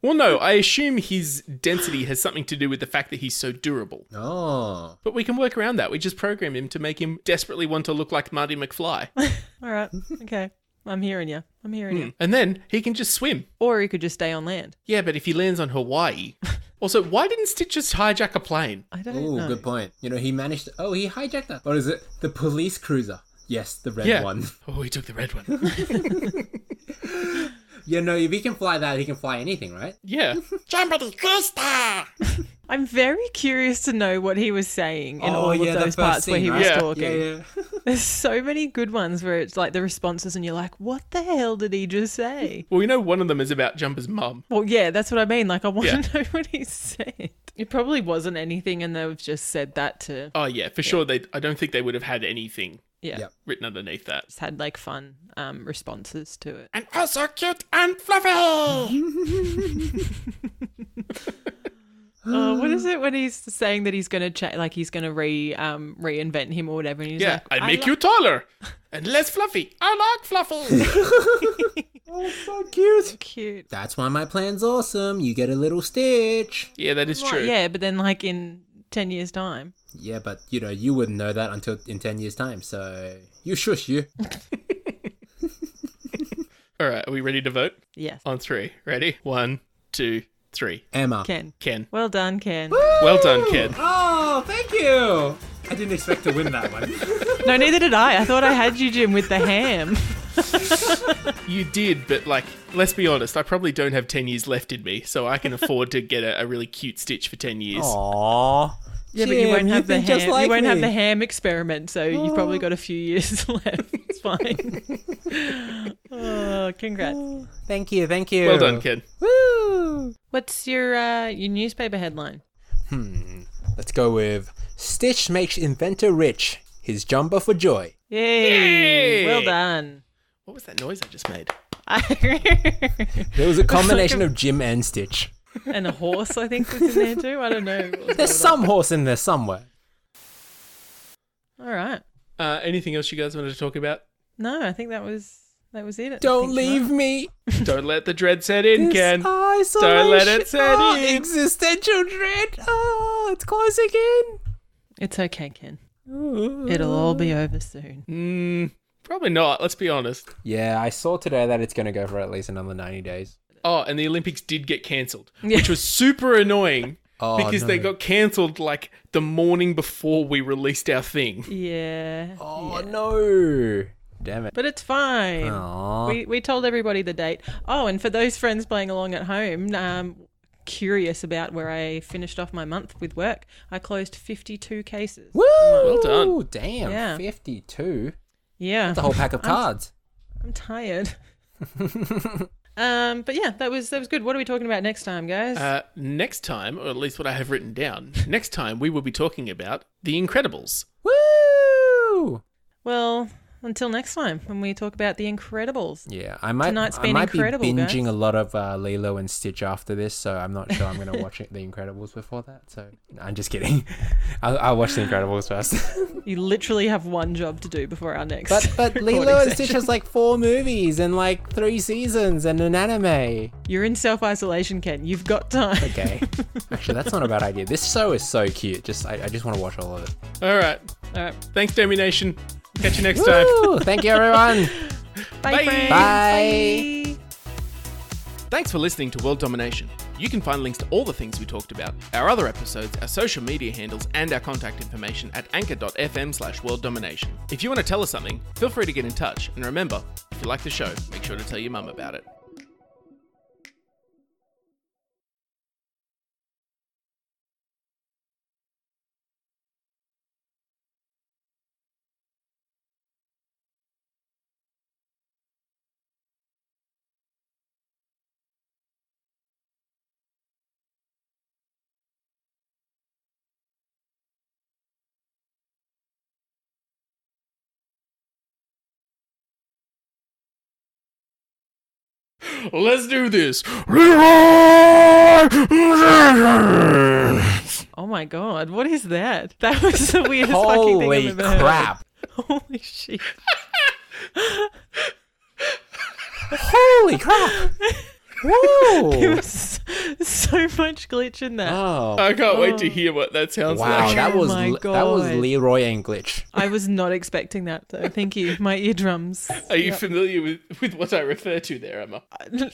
Well, no, I assume his density has something to do with the fact that he's so durable. Oh. But we can work around that. We just program him to make him desperately want to look like Marty McFly. Hmm. All right. Okay. I'm hearing you. I'm hearing Hmm. you. and then he can just swim. Or he could just stay on land. Yeah, but if he lands on Hawaii. Also, why didn't Stitch just hijack a plane? I don't Ooh, know. good point. You know, he managed. oh, he hijacked that. What is it? The police cruiser. Yes, the red Yeah. one. Oh, he took the red one. Yeah, no, if he can fly that, he can fly anything, right? Yeah. Somebody Krista! I'm very curious to know what he was saying Oh, in all of those parts where he was right? Yeah. talking. Yeah, yeah. There's so many good ones where it's like the responses and you're like, what the hell did he just say? Well, we know one of them is about Jumper's mum. Well, yeah, that's what I mean. Like, I want Yeah. to know what he said. It probably wasn't anything, and they've just said that to. Oh, yeah, for sure. They, I don't think they would have had anything Yeah. Yep. written underneath that. Just had like fun um, responses to it. And also cute and fluffy! Oh, what is it when he's saying that he's going to cha- like he's going to re um, reinvent him or whatever? And he's Yeah, like, I make you taller and less fluffy. I like fluffy! Oh, so cute. cute. That's why my plan's awesome. You get a little stitch. Yeah, that is Right, true. Yeah, but then like in ten years' time, Yeah, but you know, you wouldn't know that until in 10 years' time, so you shush you. All right, are we ready to vote? yes, On three. Ready? One, two, three. Emma. Ken. Ken. Well done, Ken. Well done, Ken. Oh, thank you. I didn't expect to win that one. No, neither did I. I thought I had you, Jim, with the ham. You did, but like, let's be honest, I probably don't have 10 years left in me, so I can afford to get a, a really cute stitch for 10 years. Aww. Yeah, but you won't have the ham. you won't have the ham experiment, so you've probably got a few Oh. years left. It's fine. oh, congrats! Thank you, thank you. Well done, Ken. Woo! What's your uh, your newspaper headline? Let's go with Stitch makes inventor rich. His jumper for joy. Yay! Yay! Well done. What was that noise I just made? There was a combination of Jim and Stitch. and a horse, I think, was in there too. I don't know. what was There's going some horse in there somewhere. on. All right. Uh, anything else you guys wanted to talk about? No, I think that was that was it. I Don't think, leave right? me. Don't let the dread set in, Ken. This isolation. Don't let it set Oh, in. Existential dread. Oh, it's closing in. It's okay, Ken. It'll all be over soon. Mm, probably not, let's be honest. Yeah, I saw today that it's going to go for at least another 90 days. Oh, and the Olympics did get cancelled, Yeah. which was super annoying Oh, because they no. got cancelled like the morning before we released our thing. Yeah. Oh, no. Damn it. But it's fine. Aw. We we told everybody the date. Oh, and for those friends playing along at home, um, curious about where I finished off my month with work, I closed fifty-two cases. Woo! Well done. Damn, Yeah. 52. Yeah, The whole pack of cards. I'm tired. um, but yeah, that was that was good. What are we talking about next time, guys? Uh, next time, or at least what I have written down, next time we will be talking about The Incredibles. Woo! well, until next time when we talk about the Incredibles. Yeah, I might. Tonight's I been might be incredible, guys. binging a lot of uh, Lilo and Stitch after this, so I'm not sure I'm going to watch it, The Incredibles before that. So no, I'm just kidding. I'll, I'll watch The Incredibles first. You literally have one job to do before our next. but but Lilo recording and Stitch session. has like four movies and like three seasons and an anime. You're in self isolation, Ken. You've got time. Okay, actually that's not a bad idea. This show is so cute. Just I, I just want to watch all of it. All right. All right. Thanks, Domination. Catch you next time. Woo! Thank you, everyone. Bye. Bye. friends. Bye. Bye. Thanks for listening to World Domination. You can find links to all the things we talked about, our other episodes, our social media handles, and our contact information at anchor.fm slash world domination. If you want to tell us something, feel free to get in touch. And remember, if you like the show, make sure to tell your mum about it. Let's do this. Oh my god, what is that? That was the weirdest fucking thing I've Holy ever heard. crap. Holy shit. Holy crap. There Whoa. was so much glitch in that. Oh. I can't wait to hear what that sounds Wow, like. that was my Le- that was God. Leroy and glitch. I was not expecting that though. Thank you. My eardrums. Are you familiar with, with what I refer to there, Emma?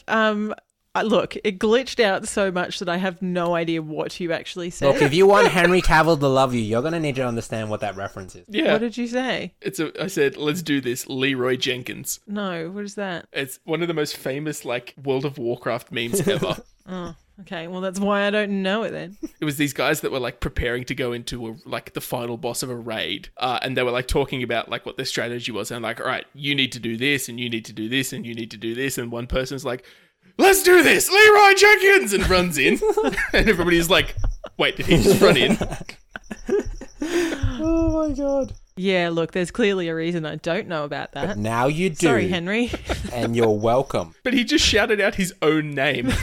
Um uh, look, it glitched out so much that I have no idea what you actually said. Look, if you want Henry Cavill to love you, you're gonna need to understand what that reference is. Yeah. What did you say? It's a, I said, let's do this, Leroy Jenkins. No, what is that? It's one of the most famous like World of Warcraft memes ever. Okay, well that's why I don't know it then. it was these guys that were like preparing to go into a, like the final boss of a raid, uh, and they were like talking about like what their strategy was, and like, all right, you need to do this, and you need to do this, and you need to do this, and one person's like, let's do this, Leroy Jenkins, and runs in, and everybody's like, wait, did he just run in? Oh my god. Yeah, look, there's clearly a reason I don't know about that. Now you do. Sorry, Henry. And you're welcome. But he just shouted out his own name.